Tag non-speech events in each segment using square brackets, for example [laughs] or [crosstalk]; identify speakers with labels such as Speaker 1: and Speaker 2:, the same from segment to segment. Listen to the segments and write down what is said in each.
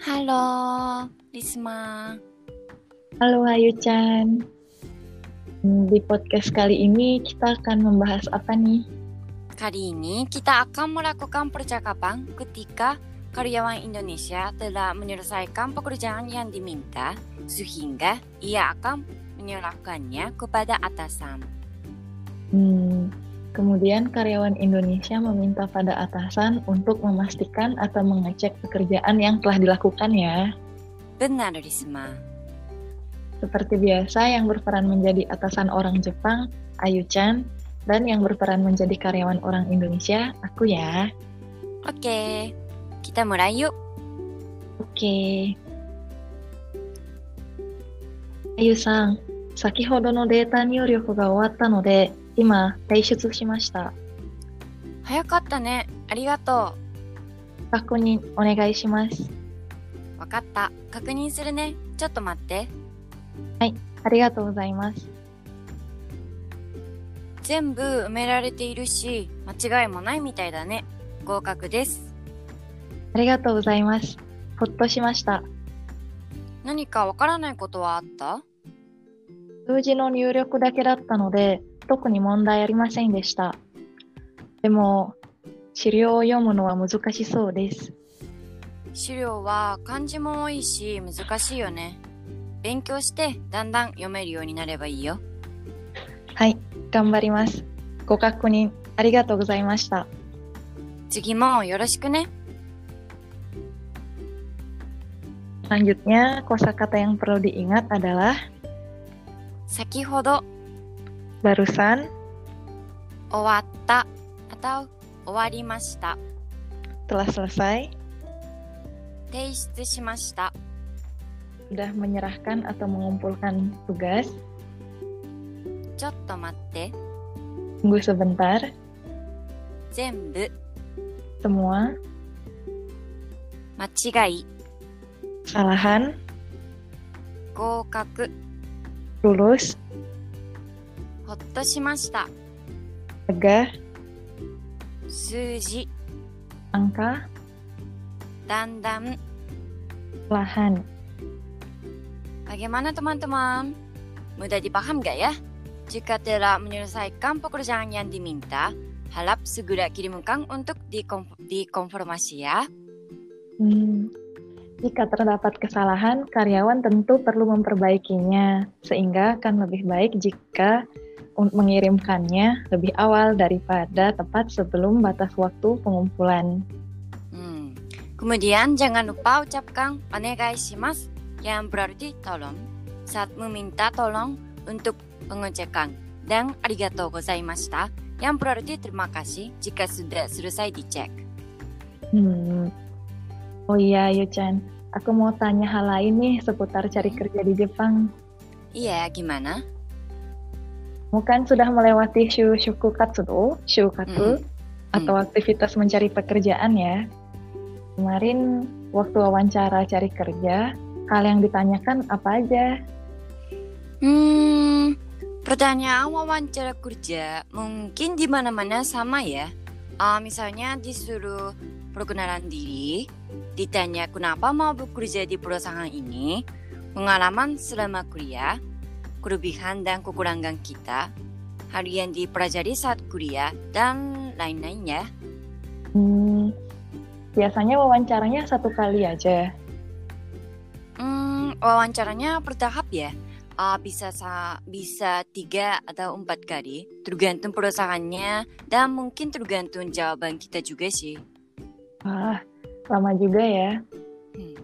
Speaker 1: Halo, Risma.
Speaker 2: Halo Hayu Chan. Hmm, Di podcast kali ini kita akan membahas apa nih?
Speaker 1: Kali ini kita akan melakukan percakapan ketika karyawan Indonesia telah menyelesaikan pekerjaan yang diminta, sehingga ia akan menyerahkannya kepada atasan.
Speaker 2: Hmm, Kemudian karyawan Indonesia meminta pada atasan untuk memastikan atau mengecek pekerjaan yang telah dilakukan ya.
Speaker 1: Benar, Risma.
Speaker 2: Seperti biasa yang berperan menjadi atasan orang Jepang, Ayu Chan, dan yang berperan menjadi karyawan orang Indonesia, aku ya.
Speaker 1: Oke, kita mulai yuk.
Speaker 2: Oke. Ayu-san, Sakihodo no data ryoku ga owatta node, ima teishutsu shimashita.
Speaker 1: 早かったね。ありがと
Speaker 2: 確認お願いします。
Speaker 1: う。わかった。確認するね。ちょっと待って。
Speaker 2: ありがとうございます。
Speaker 1: 全部埋められているし、間違いもないみたいだね。合格です。
Speaker 2: ありがとうございます。ほっとしました。
Speaker 1: 何かわからないことはあった
Speaker 2: 数字の入力だけだったので、特に問題ありませんでした。でも、資料を読むのは難しそうです。
Speaker 1: 資料は漢字も多いし難しいよね。勉強してだんだん読めるようになればいいよ。
Speaker 2: はい、頑張ります。ご確認ありがとうございました。
Speaker 1: 次もよろしくね。
Speaker 2: Selanjutnya, kosakata yang perlu diingat adalah
Speaker 1: 先ほど
Speaker 2: barusan
Speaker 1: 終わった、あたう終わりました。
Speaker 2: telah selesai,
Speaker 1: 提出しました。
Speaker 2: sudah menyerahkan atau mengumpulkan tugas,
Speaker 1: ちょっと待って。
Speaker 2: tunggu sebentar,
Speaker 1: 全部
Speaker 2: semua
Speaker 1: 間違い
Speaker 2: kesalahan
Speaker 1: 合格
Speaker 2: lulus,
Speaker 1: ほっとしました。
Speaker 2: lega,
Speaker 1: 数字
Speaker 2: angka,
Speaker 1: だんだん
Speaker 2: lahan.
Speaker 1: Bagaimana teman-teman? Mudah dipaham gak ya? Jika telah menyelesaikan pekerjaan yang diminta, harap segera kirimkan untuk dikonf- dikonfirmasi ya.
Speaker 2: Hmm. Jika terdapat kesalahan, karyawan tentu perlu memperbaikinya, sehingga akan lebih baik jika un- mengirimkannya lebih awal daripada tepat sebelum batas waktu pengumpulan.
Speaker 1: Hmm. Kemudian jangan lupa ucapkan onegai shimasu yang berarti tolong saat meminta tolong untuk pengecekan dan arigatou gozaimashita yang berarti terima kasih jika sudah selesai dicek.
Speaker 2: Hmm. Oh iya, Yuchan, aku mau tanya hal lain nih seputar cari kerja di Jepang.
Speaker 1: Iya, gimana?
Speaker 2: Kamu kan sudah melewati shu shukukatsu, do, shukatsu,
Speaker 1: Mm-mm.
Speaker 2: atau aktivitas mencari pekerjaan ya. Kemarin waktu wawancara cari kerja, hal yang ditanyakan apa aja?
Speaker 1: Hmm, pertanyaan wawancara kerja mungkin di mana-mana sama ya. Ah, misalnya disuruh perkenalan diri, ditanya kenapa mau bekerja di perusahaan ini, pengalaman selama kuliah, kelebihan dan kekurangan kita, hal yang dipelajari saat kuliah, dan lain-lainnya.
Speaker 2: Hmm, biasanya wawancaranya satu kali aja.
Speaker 1: Hmm, wawancaranya bertahap ya. Ah, bisa sa- bisa tiga atau empat kali, tergantung perusahaannya dan mungkin tergantung jawaban kita juga sih.
Speaker 2: Wah, lama juga ya.
Speaker 1: Hmm.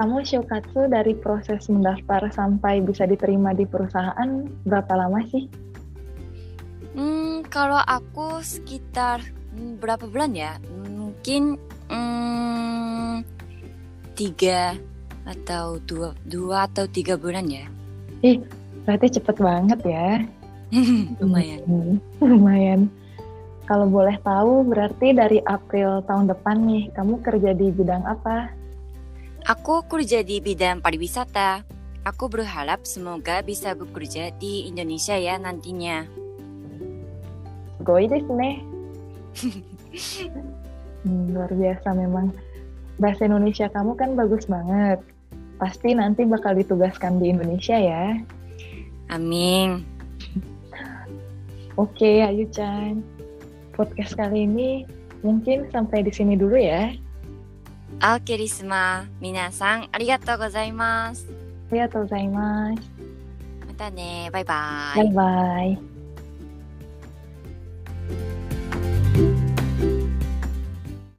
Speaker 2: Kamu shukatsu dari proses mendaftar sampai bisa diterima di perusahaan berapa lama sih?
Speaker 1: Hmm, kalau aku sekitar hmm, berapa bulan ya? Mungkin hmm, tiga atau dua, dua atau tiga bulan ya.
Speaker 2: Berarti cepet banget ya.
Speaker 1: Lumayan.
Speaker 2: Hmm, [laughs] lumayan. Kalau boleh tahu, berarti dari April tahun depan nih, kamu kerja di bidang apa?
Speaker 1: Aku kerja di bidang pariwisata. Aku berharap semoga bisa bekerja di Indonesia ya nantinya.
Speaker 2: Goi desu ne. Hmm, luar biasa memang. bahasa Indonesia kamu kan bagus banget. Pasti nanti bakal ditugaskan di Indonesia ya.
Speaker 1: Amin.
Speaker 2: Oke, Ayu Chan. Podcast kali ini mungkin sampai di sini dulu ya.
Speaker 1: Oke, Risma. Minasan, arigatou gozaimasu.
Speaker 2: Iya, Arigatou gozaimasu.
Speaker 1: Mata ne. Bye-bye.
Speaker 2: Bye-bye.